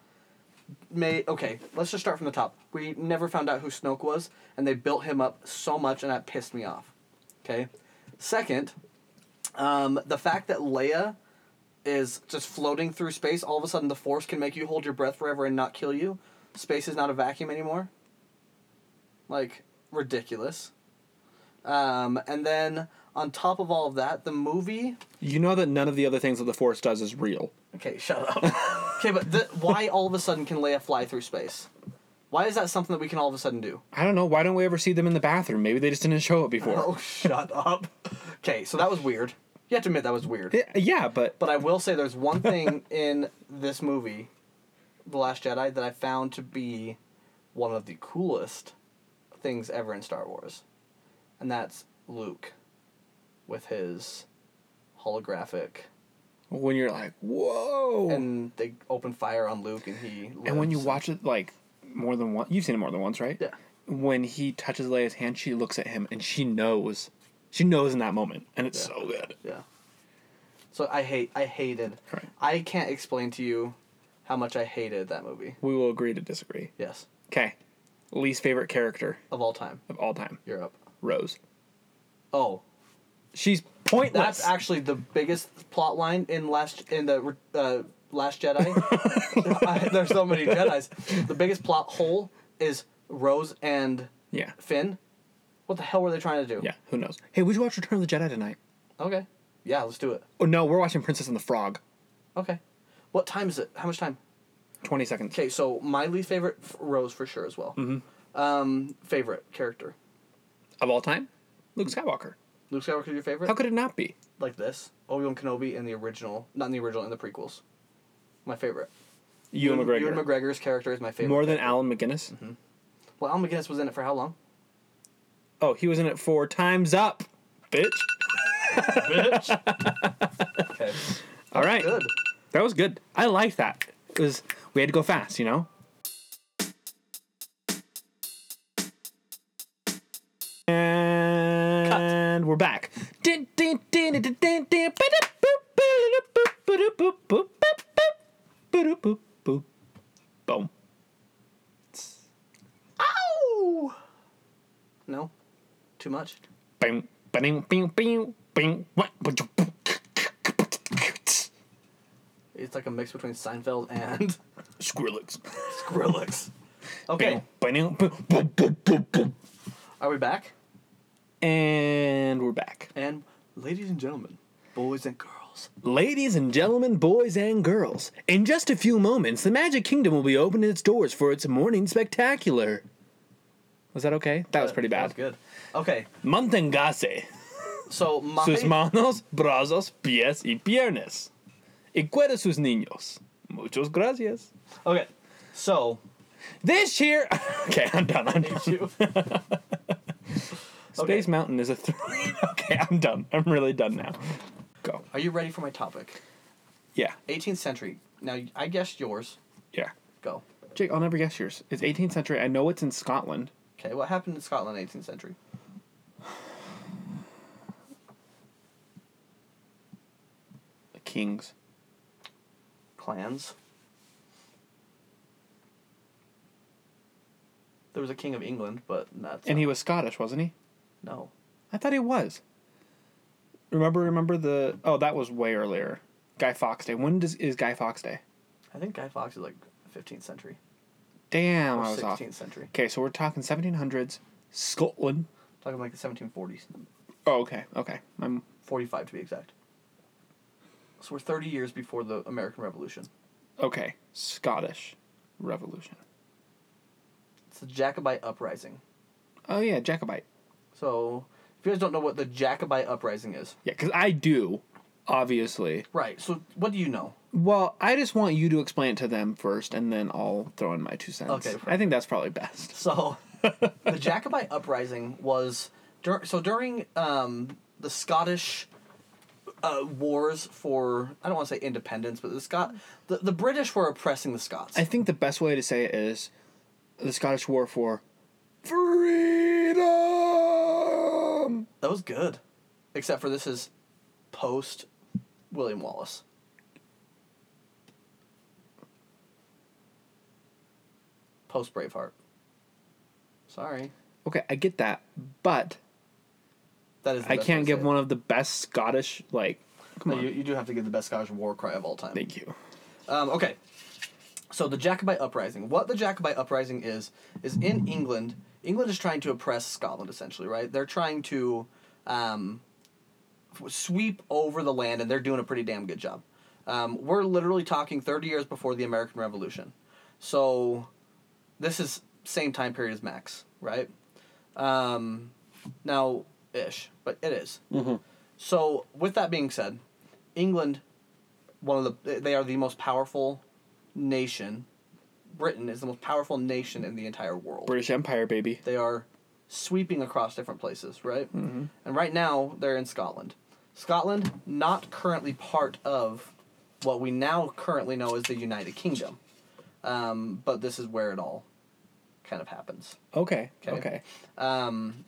Speaker 1: May okay. Let's just start from the top. We never found out who Snoke was, and they built him up so much, and that pissed me off. Okay. Second, um, the fact that Leia is just floating through space. All of a sudden, the Force can make you hold your breath forever and not kill you. Space is not a vacuum anymore. Like ridiculous. Um, and then on top of all of that, the movie
Speaker 2: You know that none of the other things that the Force does is real.
Speaker 1: Okay, shut up. okay, but th- why all of a sudden can Leia fly through space? Why is that something that we can all of a sudden do?
Speaker 2: I don't know. Why don't we ever see them in the bathroom? Maybe they just didn't show it before.
Speaker 1: Oh, shut up. Okay, so that was weird. You have to admit that was weird.
Speaker 2: Yeah, Yeah, but
Speaker 1: But I will say there's one thing in this movie, The Last Jedi, that I found to be one of the coolest things ever in Star Wars. And that's Luke with his holographic.
Speaker 2: when you're like, whoa, and,
Speaker 1: And they open fire on Luke and he.
Speaker 2: when you
Speaker 1: lives.
Speaker 2: watch it like more than once, you've seen it more than once, right?
Speaker 1: Yeah.
Speaker 2: When he touches Leia's hand, she looks at him and she knows. She knows in that moment, and it's
Speaker 1: Yeah.
Speaker 2: so good.
Speaker 1: Yeah. So I hate I hated.
Speaker 2: Right.
Speaker 1: I can't explain to you how much I hated that movie.
Speaker 2: We will agree to disagree.
Speaker 1: Yes.
Speaker 2: Okay. Least favorite character
Speaker 1: Of all time.
Speaker 2: of all time,
Speaker 1: You're up.
Speaker 2: Rose.
Speaker 1: Oh.
Speaker 2: She's pointless.
Speaker 1: That's actually the biggest plot line in last in the uh, last Jedi. I- there's so many Jedi's. The biggest plot hole is Rose and
Speaker 2: yeah.
Speaker 1: Finn. What the hell were they trying to do?
Speaker 2: Yeah, who knows? Hey, would you watch Return of the Jedi tonight?
Speaker 1: Okay. Yeah, let's do it.
Speaker 2: Oh no, we're watching Princess and the Frog.
Speaker 1: Okay. What time is it? How much time?
Speaker 2: Twenty seconds.
Speaker 1: Okay, so my least favorite f- Rose for sure as well. Mm-hmm. Um, favorite character.
Speaker 2: Of all time, Luke Skywalker.
Speaker 1: Luke Skywalker your favorite?
Speaker 2: How could it not be?
Speaker 1: like this. Obi Wan Kenobi in the original, not in the original, in the prequels. My favorite.
Speaker 2: Ewan McGregor. Mm-hmm.
Speaker 1: Ewan McGregor's character is my favorite.
Speaker 2: More than Alan McGinnis.
Speaker 1: well, Al McGinnis was in it for how long?
Speaker 2: Oh, he was in it four times up, bitch.
Speaker 1: Okay,
Speaker 2: All right.
Speaker 1: good.
Speaker 2: That was good. I liked that. It was we had to go fast, you know. And we're back. Din, din, din, din, din, din, ba-da, boop, ba-da, boop, ba-da, boop, boop, boop, boop, ba-da, boop, boop. Boom.
Speaker 1: Ow! No, too much.
Speaker 2: Bing, ba-ding, bing, bing, bing, wah, ba-doo, boop,
Speaker 1: It's like a mix between Seinfeld and
Speaker 2: Skrillex.
Speaker 1: Skrillex. Okay,
Speaker 2: Bing, ba-ding, boop, boop, boop, boop, boop.
Speaker 1: are we back?
Speaker 2: And we're back.
Speaker 1: And ladies and gentlemen, boys and girls,
Speaker 2: Ladies and gentlemen, boys and girls, in just a few moments, the Magic Kingdom will be opening its doors for its morning spectacular. Was that okay? That was pretty
Speaker 1: That
Speaker 2: bad.
Speaker 1: was good. Okay,
Speaker 2: Mantengase
Speaker 1: so my
Speaker 2: sus manos, brazos, pies y piernas. Y cuide sus niños. Muchas gracias.
Speaker 1: okay, so
Speaker 2: This year, okay, I'm done. I'm done.
Speaker 1: thank you.
Speaker 2: Space Mountain is a three. okay, I'm done. I'm really done now. Go.
Speaker 1: Are you ready for my topic?
Speaker 2: Yeah,
Speaker 1: 18th century. Now I guessed yours.
Speaker 2: yeah.
Speaker 1: Go.
Speaker 2: Jake, I'll never guess yours. It's 18th century. I know it's in Scotland.
Speaker 1: Okay, what happened in Scotland in 18th century?
Speaker 2: The Kings.
Speaker 1: Clans. There was a king of England, but that's
Speaker 2: And he was Scottish, wasn't he?
Speaker 1: no.
Speaker 2: I thought he was. Remember, remember the oh that was way earlier. Guy Fox Day. When does is Guy Fox Day?
Speaker 1: I think Guy Fawkes is like 15th century
Speaker 2: Damn,
Speaker 1: or
Speaker 2: Oh, I was
Speaker 1: 16th
Speaker 2: off.
Speaker 1: century.
Speaker 2: Okay, so we're talking 1700s Scotland.
Speaker 1: Talking like the 1740s,
Speaker 2: Oh, okay, okay. I'm
Speaker 1: 45 to be exact. So we're 30 years before the American Revolution.
Speaker 2: okay. Scottish Revolution.
Speaker 1: It's the Jacobite uprising.
Speaker 2: Oh yeah, Jacobite.
Speaker 1: So if you guys don't know what the Jacobite uprising is,
Speaker 2: Yeah, because I do, obviously.
Speaker 1: right? So what do you know?
Speaker 2: Well, I just want you to explain it to them first, and then I'll throw in my two cents.
Speaker 1: Okay,
Speaker 2: I think that's probably best.
Speaker 1: So the Jacobite uprising was dur- so during um, the Scottish uh, wars for I don't want to say independence, but the Scot the, the British were oppressing the Scots.
Speaker 2: I think the best way to say it is the Scottish War for freedom.
Speaker 1: that was good, except for this is post William Wallace. Post Braveheart. Sorry,
Speaker 2: Okay, I get that, but
Speaker 1: that is. the
Speaker 2: I
Speaker 1: best way
Speaker 2: can't
Speaker 1: to
Speaker 2: give
Speaker 1: say it.
Speaker 2: one of the best Scottish like. Come
Speaker 1: No,
Speaker 2: on,
Speaker 1: you, you do have to give the best Scottish war cry of all time.
Speaker 2: thank you.
Speaker 1: Um, okay. So the Jacobite uprising. What the Jacobite uprising is is in England. England is trying to oppress Scotland essentially, right? They're trying to um, f- sweep over the land, and they're doing a pretty damn good job. Um, we're literally talking thirty years before the American Revolution, so this is same time period as Max, right? Um, now ish, but it is. So with that being said, England one of the they are the most powerful nation. Britain is the most powerful nation in the entire world.
Speaker 2: British Empire, baby.
Speaker 1: They are sweeping across different places, right? Mm-hmm. And right now they're in Scotland. Scotland not currently part of what we now currently know as the United Kingdom, um, but this is where it all kind of happens.
Speaker 2: Okay, okay.
Speaker 1: Okay. Um,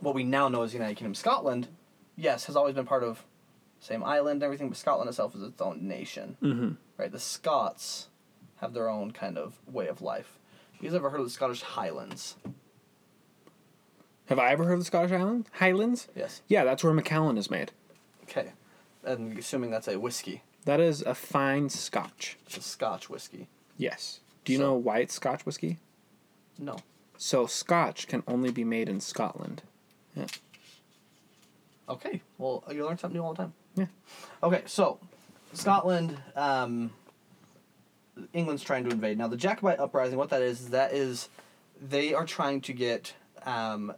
Speaker 1: what we now know as the United Kingdom, Scotland, yes, has always been part of same island and everything, but Scotland itself is its own nation. Mm-hmm. Right? The Scots have their own kind of way of life. You guys ever heard of the Scottish Highlands?
Speaker 2: Have I ever heard of the Scottish Islands? Highlands?
Speaker 1: Yes.
Speaker 2: Yeah, that's where Macallan is made.
Speaker 1: Okay. And assuming that's a whiskey,
Speaker 2: That is a fine Scotch.
Speaker 1: it's a Scotch whiskey.
Speaker 2: Yes. Do you
Speaker 1: So-
Speaker 2: know why it's Scotch whiskey?
Speaker 1: No.
Speaker 2: So Scotch can only be made in Scotland. Yeah.
Speaker 1: Okay. Well, you learn something new all the time.
Speaker 2: Yeah.
Speaker 1: Okay, so Scotland um, England's trying to invade. Now, the Jacobite uprising, what that is, is that is they are trying to get um,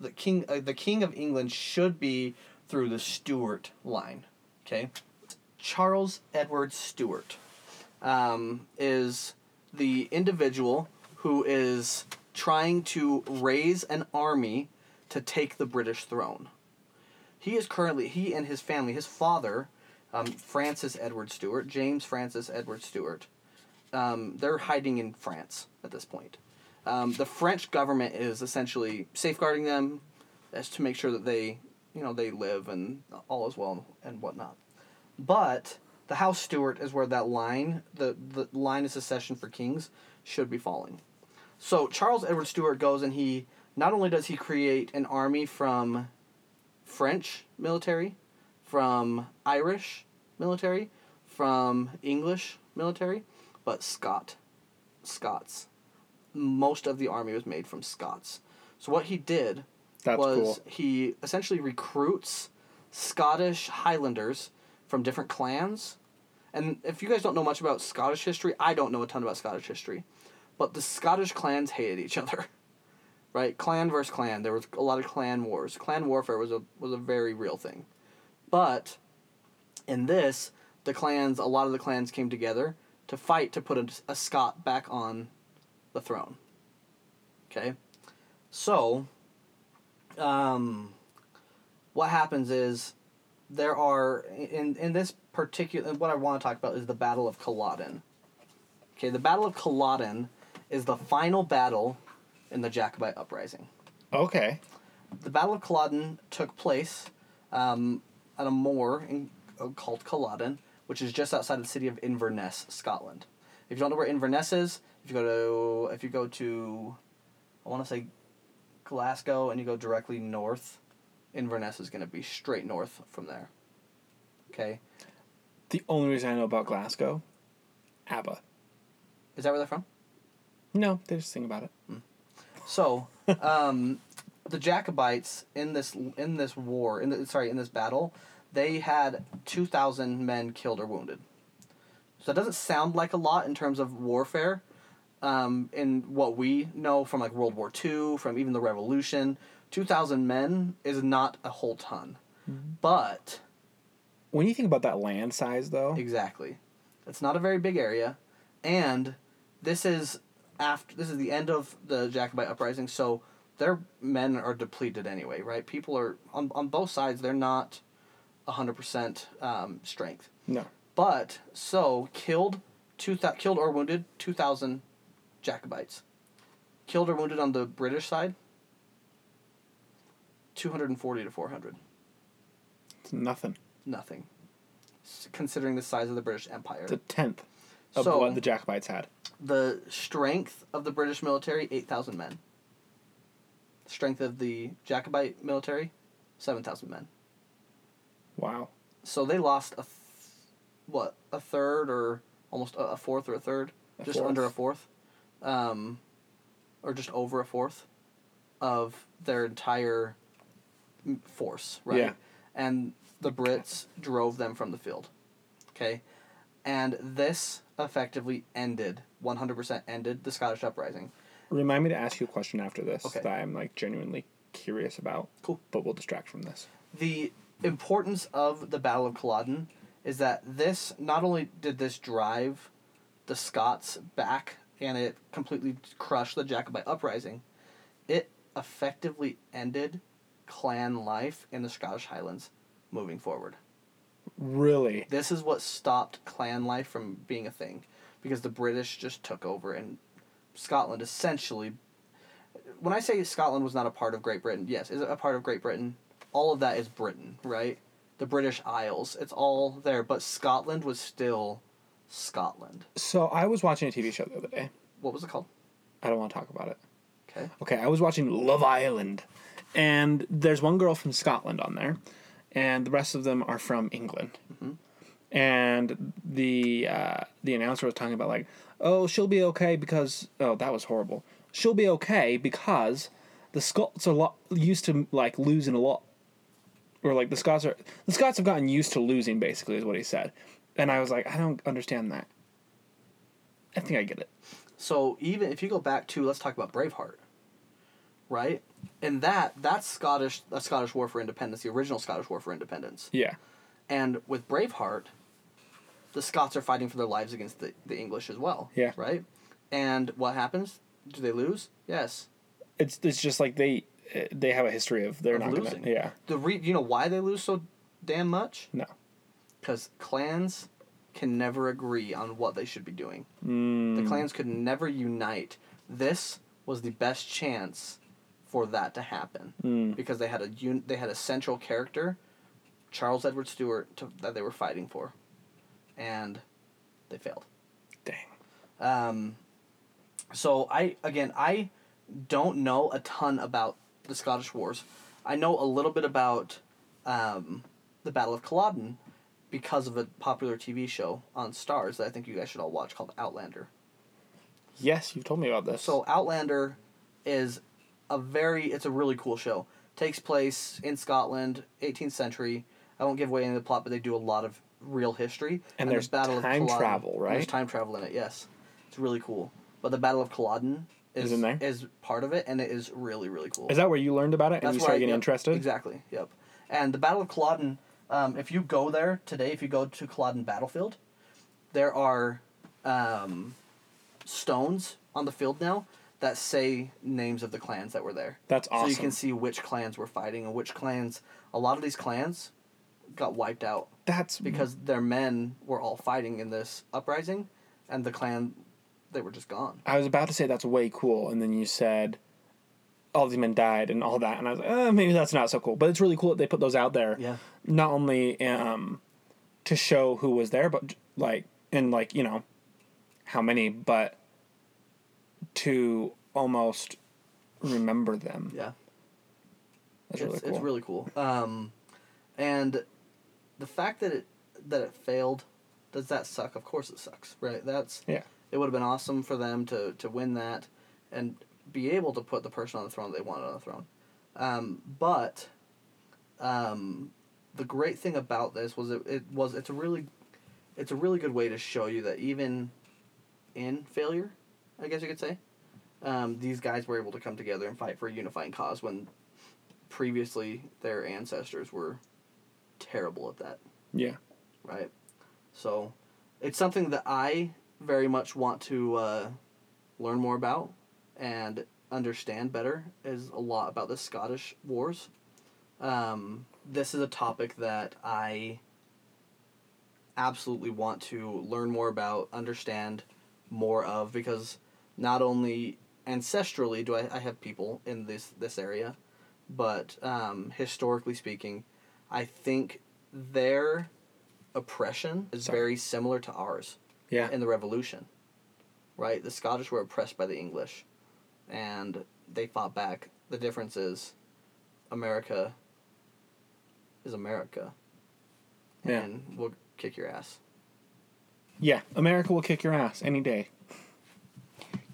Speaker 1: the king. Uh, the king of England should be through the Stuart line. Okay, Charles Edward Stuart um, is the individual who is trying to raise an army to take the British throne. He is currently he and his family, his father, um, Francis Edward Stuart, James Francis Edward Stuart. Um, they're hiding in France at this point. Um, the French government is essentially safeguarding them, as to make sure that they, you know, they live and all is well and whatnot. But the House Stuart is where that line, the, the line of succession for kings, should be falling. So Charles Edward Stuart goes and he not only does he create an army from French military, from Irish military, from English military, but Scot, Scots. Most of the army was made from Scots. So what he did
Speaker 2: That's
Speaker 1: was
Speaker 2: cool.
Speaker 1: he essentially recruits Scottish Highlanders from different clans. And if you guys don't know much about Scottish history, I don't know a ton about Scottish history. But the Scottish clans hated each other. Right? Clan versus clan. There was a lot of clan wars. Clan warfare was a was a very real thing. But in this, the clans, a lot of the clans came together to fight to put a, a Scot back on the throne. Okay? So, um, what happens is there are, in, in this particular, what I want to talk about is the Battle of Culloden. Okay, the Battle of Culloden is the final battle in the Jacobite Uprising
Speaker 2: Okay.
Speaker 1: the Battle of Culloden took place um, on a moor in, uh, called Culloden, which is just outside of the city of Inverness, Scotland. If you don't know where Inverness is, if you go to if you go to, I want to say, Glasgow, and you go directly north, Inverness is going to be straight north from there. Okay,
Speaker 2: The only reason I know about Glasgow, ABBA.
Speaker 1: is that where they're from?
Speaker 2: No, they just sing about it.
Speaker 1: So, um, the Jacobites in this in this war in the, sorry in this battle, they had two thousand men killed or wounded. So it doesn't sound like a lot in terms of warfare, um, in what we know from like World War II, from even the Revolution. Two thousand men is not a whole ton, but
Speaker 2: When you think about that land size, though,
Speaker 1: Exactly. It's not a very big area, and this is after this is the end of the Jacobite uprising, so their men are depleted anyway, right? People are on on both sides. They're not hundred um, percent strength,
Speaker 2: no.
Speaker 1: but so killed two thou killed or wounded two thousand Jacobites, killed or wounded on the British side. Two hundred and forty to four hundred
Speaker 2: It's nothing.
Speaker 1: nothing, s- considering the size of the British Empire.
Speaker 2: It's a tenth of
Speaker 1: So-
Speaker 2: what the Jacobites had.
Speaker 1: the strength of the British military, 8,000 men. Strength of the Jacobite military, 7,000 men.
Speaker 2: Wow.
Speaker 1: So they lost a, th- what, a third or almost a, a fourth or a third?
Speaker 2: A
Speaker 1: just
Speaker 2: fourth.
Speaker 1: under a fourth. Um, or just over a fourth of their entire m- force, right?
Speaker 2: Yeah.
Speaker 1: And the Brits drove them from the field. Okay? And this effectively ended, 100% ended the Scottish uprising.
Speaker 2: Remind me to ask you a question after this
Speaker 1: Okay.
Speaker 2: that I'm like genuinely curious about.
Speaker 1: Cool.
Speaker 2: But we'll distract from this.
Speaker 1: the importance of the Battle of Culloden is that this not only did this drive the Scots back and it completely crushed the Jacobite uprising, it effectively ended clan life in the Scottish Highlands moving forward.
Speaker 2: Really?
Speaker 1: This is what stopped clan life from being a thing because the British just took over and Scotland essentially when I say Scotland was not a part of Great Britain, yes, is it a part of Great Britain? All of that is Britain, right? The British Isles, it's all there, but Scotland was still Scotland.
Speaker 2: So I was watching a TV show the other day.
Speaker 1: What was it called?
Speaker 2: I don't want to talk about it.
Speaker 1: Okay.
Speaker 2: Okay, I was watching Love Island, and there's one girl from Scotland on there, and the rest of them are from England. And the uh, the announcer was talking about like, oh, she'll be okay because oh, that was horrible. She'll be okay because the Scots are lo- used to like losing a lot, or like the Scots are the Scots have gotten used to losing basically is what he said, and I was like, I don't understand that. I think I get it.
Speaker 1: So even if you go back to let's talk about Braveheart, right? And that that's Scottish that's Scottish War for Independence, the original Scottish War for Independence.
Speaker 2: Yeah.
Speaker 1: And with Braveheart, the Scots are fighting for their lives against the, the English as well.
Speaker 2: Yeah.
Speaker 1: Right? And what happens? Do they lose? Yes.
Speaker 2: It's it's just like they eh, they have a history of they're
Speaker 1: Of
Speaker 2: not
Speaker 1: losing.
Speaker 2: Gonna, yeah.
Speaker 1: The re- you know why they lose so damn much?
Speaker 2: No.
Speaker 1: Because clans can never agree on what they should be doing. The clans could never unite. This was the best chance for that to happen because they had a un- they had a central character, Charles Edward Stuart, to- that they were fighting for, and they failed.
Speaker 2: Dang.
Speaker 1: Um, so I again I don't know a ton about the Scottish Wars. I know a little bit about um, the Battle of Culloden because of a popular TV show on Stars that I think you guys should all watch called Outlander.
Speaker 2: Yes, you've told me about this.
Speaker 1: So Outlander is a very it's a really cool show. Takes place in Scotland, 18th century. I won't give away any of the plot, but they do a lot of real history.
Speaker 2: And there's time
Speaker 1: Culloden-
Speaker 2: travel, right?
Speaker 1: There's time travel in it. Yes, it's really cool. But the Battle of Culloden is
Speaker 2: Is in there?
Speaker 1: is part of it, and it is really really cool.
Speaker 2: is that where you learned about it and you
Speaker 1: why
Speaker 2: started
Speaker 1: I-
Speaker 2: getting
Speaker 1: yep,
Speaker 2: interested?
Speaker 1: Exactly. Yep. And the Battle of Culloden, um, if you go there today, if you go to Culloden Battlefield, there are um, stones on the field now that say names of the clans that were there.
Speaker 2: That's
Speaker 1: So you
Speaker 2: awesome.
Speaker 1: can see which clans were fighting and which clans. A lot of these clans got wiped out
Speaker 2: That's
Speaker 1: because their men were all fighting in this uprising, and the clan they were just gone.
Speaker 2: I was about to say that's way cool, and then you said all these men died and all that, and I was like, oh, maybe that's not so cool. But it's really cool that they put those out there.
Speaker 1: Yeah.
Speaker 2: Not only um, to show who was there, but like and like you know how many, but to almost remember them.
Speaker 1: Yeah.
Speaker 2: That's
Speaker 1: it's,
Speaker 2: really cool.
Speaker 1: it's really cool. Um, and the fact that it that it failed, does that suck? Of course it sucks, right? That's
Speaker 2: yeah.
Speaker 1: it would have been awesome for them to to win that and be able to put the person on the throne that they wanted on the throne. Um, but um, the great thing about this was it, it was it's a really it's a really good way to show you that even in failure, I guess you could say, um, these guys were able to come together and fight for a unifying cause when previously their ancestors were terrible at that
Speaker 2: Yeah.
Speaker 1: right? So, it's something that I very much want to uh, learn more about and understand better. Is a lot about the Scottish Wars. Um, this is a topic that I absolutely want to learn more about, understand more of, because not only ancestrally do I, I have people in this this area, but um, historically speaking, I think their oppression is
Speaker 2: Sorry.
Speaker 1: very similar to ours
Speaker 2: Yeah.
Speaker 1: in the Revolution, right? The Scottish were oppressed by the English, and they fought back. The difference is, America is America,
Speaker 2: Yeah.
Speaker 1: and we'll kick your ass.
Speaker 2: Yeah. America will kick your ass any day.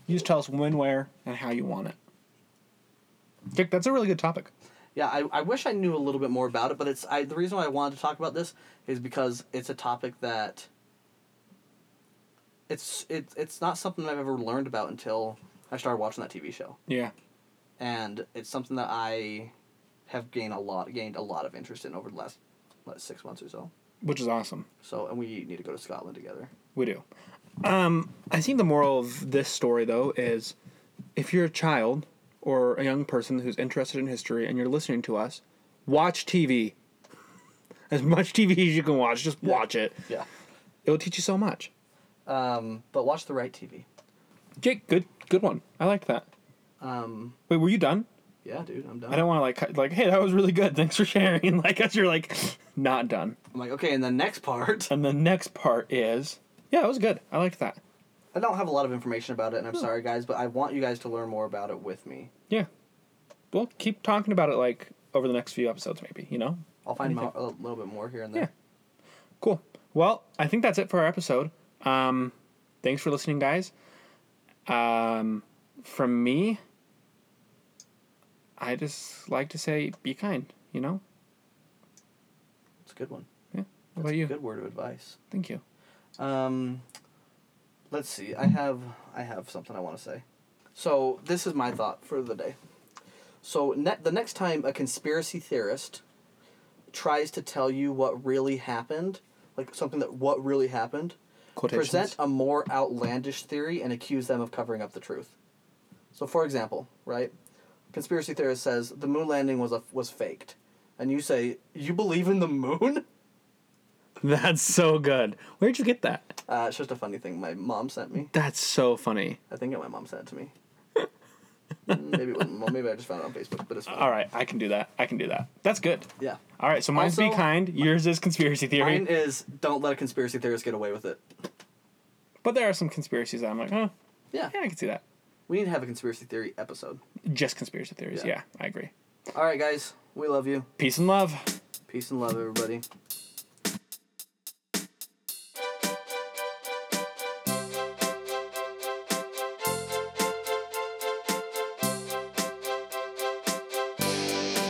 Speaker 2: You just tell us when, where, and how you want it. Dick, that's a really good topic.
Speaker 1: Yeah, I, I wish I knew a little bit more about it, but it's I the reason why I wanted to talk about this is because it's a topic that it's it, it's not something I've ever learned about until I started watching that TV show.
Speaker 2: Yeah.
Speaker 1: and it's something that I have gained a lot gained a lot of interest in over the last like six months or so.
Speaker 2: Which is awesome.
Speaker 1: So and we need to go to Scotland together.
Speaker 2: We do. Um, I think the moral of this story, though, is if you're a child or a young person who's interested in history and you're listening to us, watch TV. As much TV as you can watch, just watch it.
Speaker 1: Yeah.
Speaker 2: It'll teach you so much.
Speaker 1: Um, but watch the right TV.
Speaker 2: Jake, good, good one. I like that.
Speaker 1: Um,
Speaker 2: Wait, were you done?
Speaker 1: yeah, dude, I'm done.
Speaker 2: I don't want to like, cut- like, hey, that was really good. Thanks for sharing. Like, as you're like, not done.
Speaker 1: I'm like, okay, and the next part.
Speaker 2: And the next part is, yeah, that was good. I liked that.
Speaker 1: I don't have a lot of information about it, and I'm
Speaker 2: Hmm.
Speaker 1: sorry, guys, but I want you guys to learn more about it with me.
Speaker 2: Yeah. We'll keep talking about it like over the next few episodes, maybe. You know,
Speaker 1: I'll find mo- a little bit more here and there.
Speaker 2: Cool. Well, I think that's it for our episode. Um, thanks for listening, guys. Um, from me, I just like to say be kind, you know?
Speaker 1: It's a good one.
Speaker 2: Yeah. What
Speaker 1: That's
Speaker 2: about
Speaker 1: a
Speaker 2: you?
Speaker 1: Good word of advice.
Speaker 2: Thank you.
Speaker 1: Um, let's see. I have I have something I want to say. So this is my thought for the day. So ne- the next time a conspiracy theorist tries to tell you what really happened, like something that what really happened,
Speaker 2: Quotations.
Speaker 1: present a more outlandish theory and accuse them of covering up the truth. So for example, right? Conspiracy theorist says the moon landing was a, was faked. And you say, "You believe in the moon?"
Speaker 2: That's so good. Where'd you get that?
Speaker 1: Uh, it's just a funny thing my mom sent me.
Speaker 2: That's so funny.
Speaker 1: I think my mom sent it to me. Mm, maybe it wasn't. Well, maybe I just found it on Facebook, but it's fine.
Speaker 2: All right, I can do that. I can do that. That's good.
Speaker 1: Yeah.
Speaker 2: All right, so mine's be
Speaker 1: Also-
Speaker 2: kind. Yours is conspiracy theory.
Speaker 1: Mine is don't let a conspiracy theorist get away with it.
Speaker 2: but there are some conspiracies that I'm like, oh,
Speaker 1: Yeah.
Speaker 2: yeah, I can see that.
Speaker 1: We need to have a conspiracy theory episode.
Speaker 2: Just conspiracy theories.
Speaker 1: Yeah.
Speaker 2: yeah I agree.
Speaker 1: All right, guys. We love you.
Speaker 2: Peace and love.
Speaker 1: Peace and love, everybody.
Speaker 2: That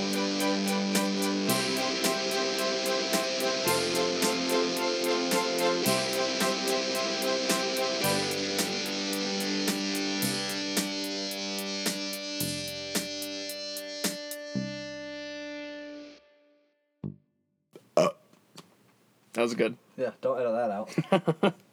Speaker 2: was good.
Speaker 4: Yeah, don't edit that out.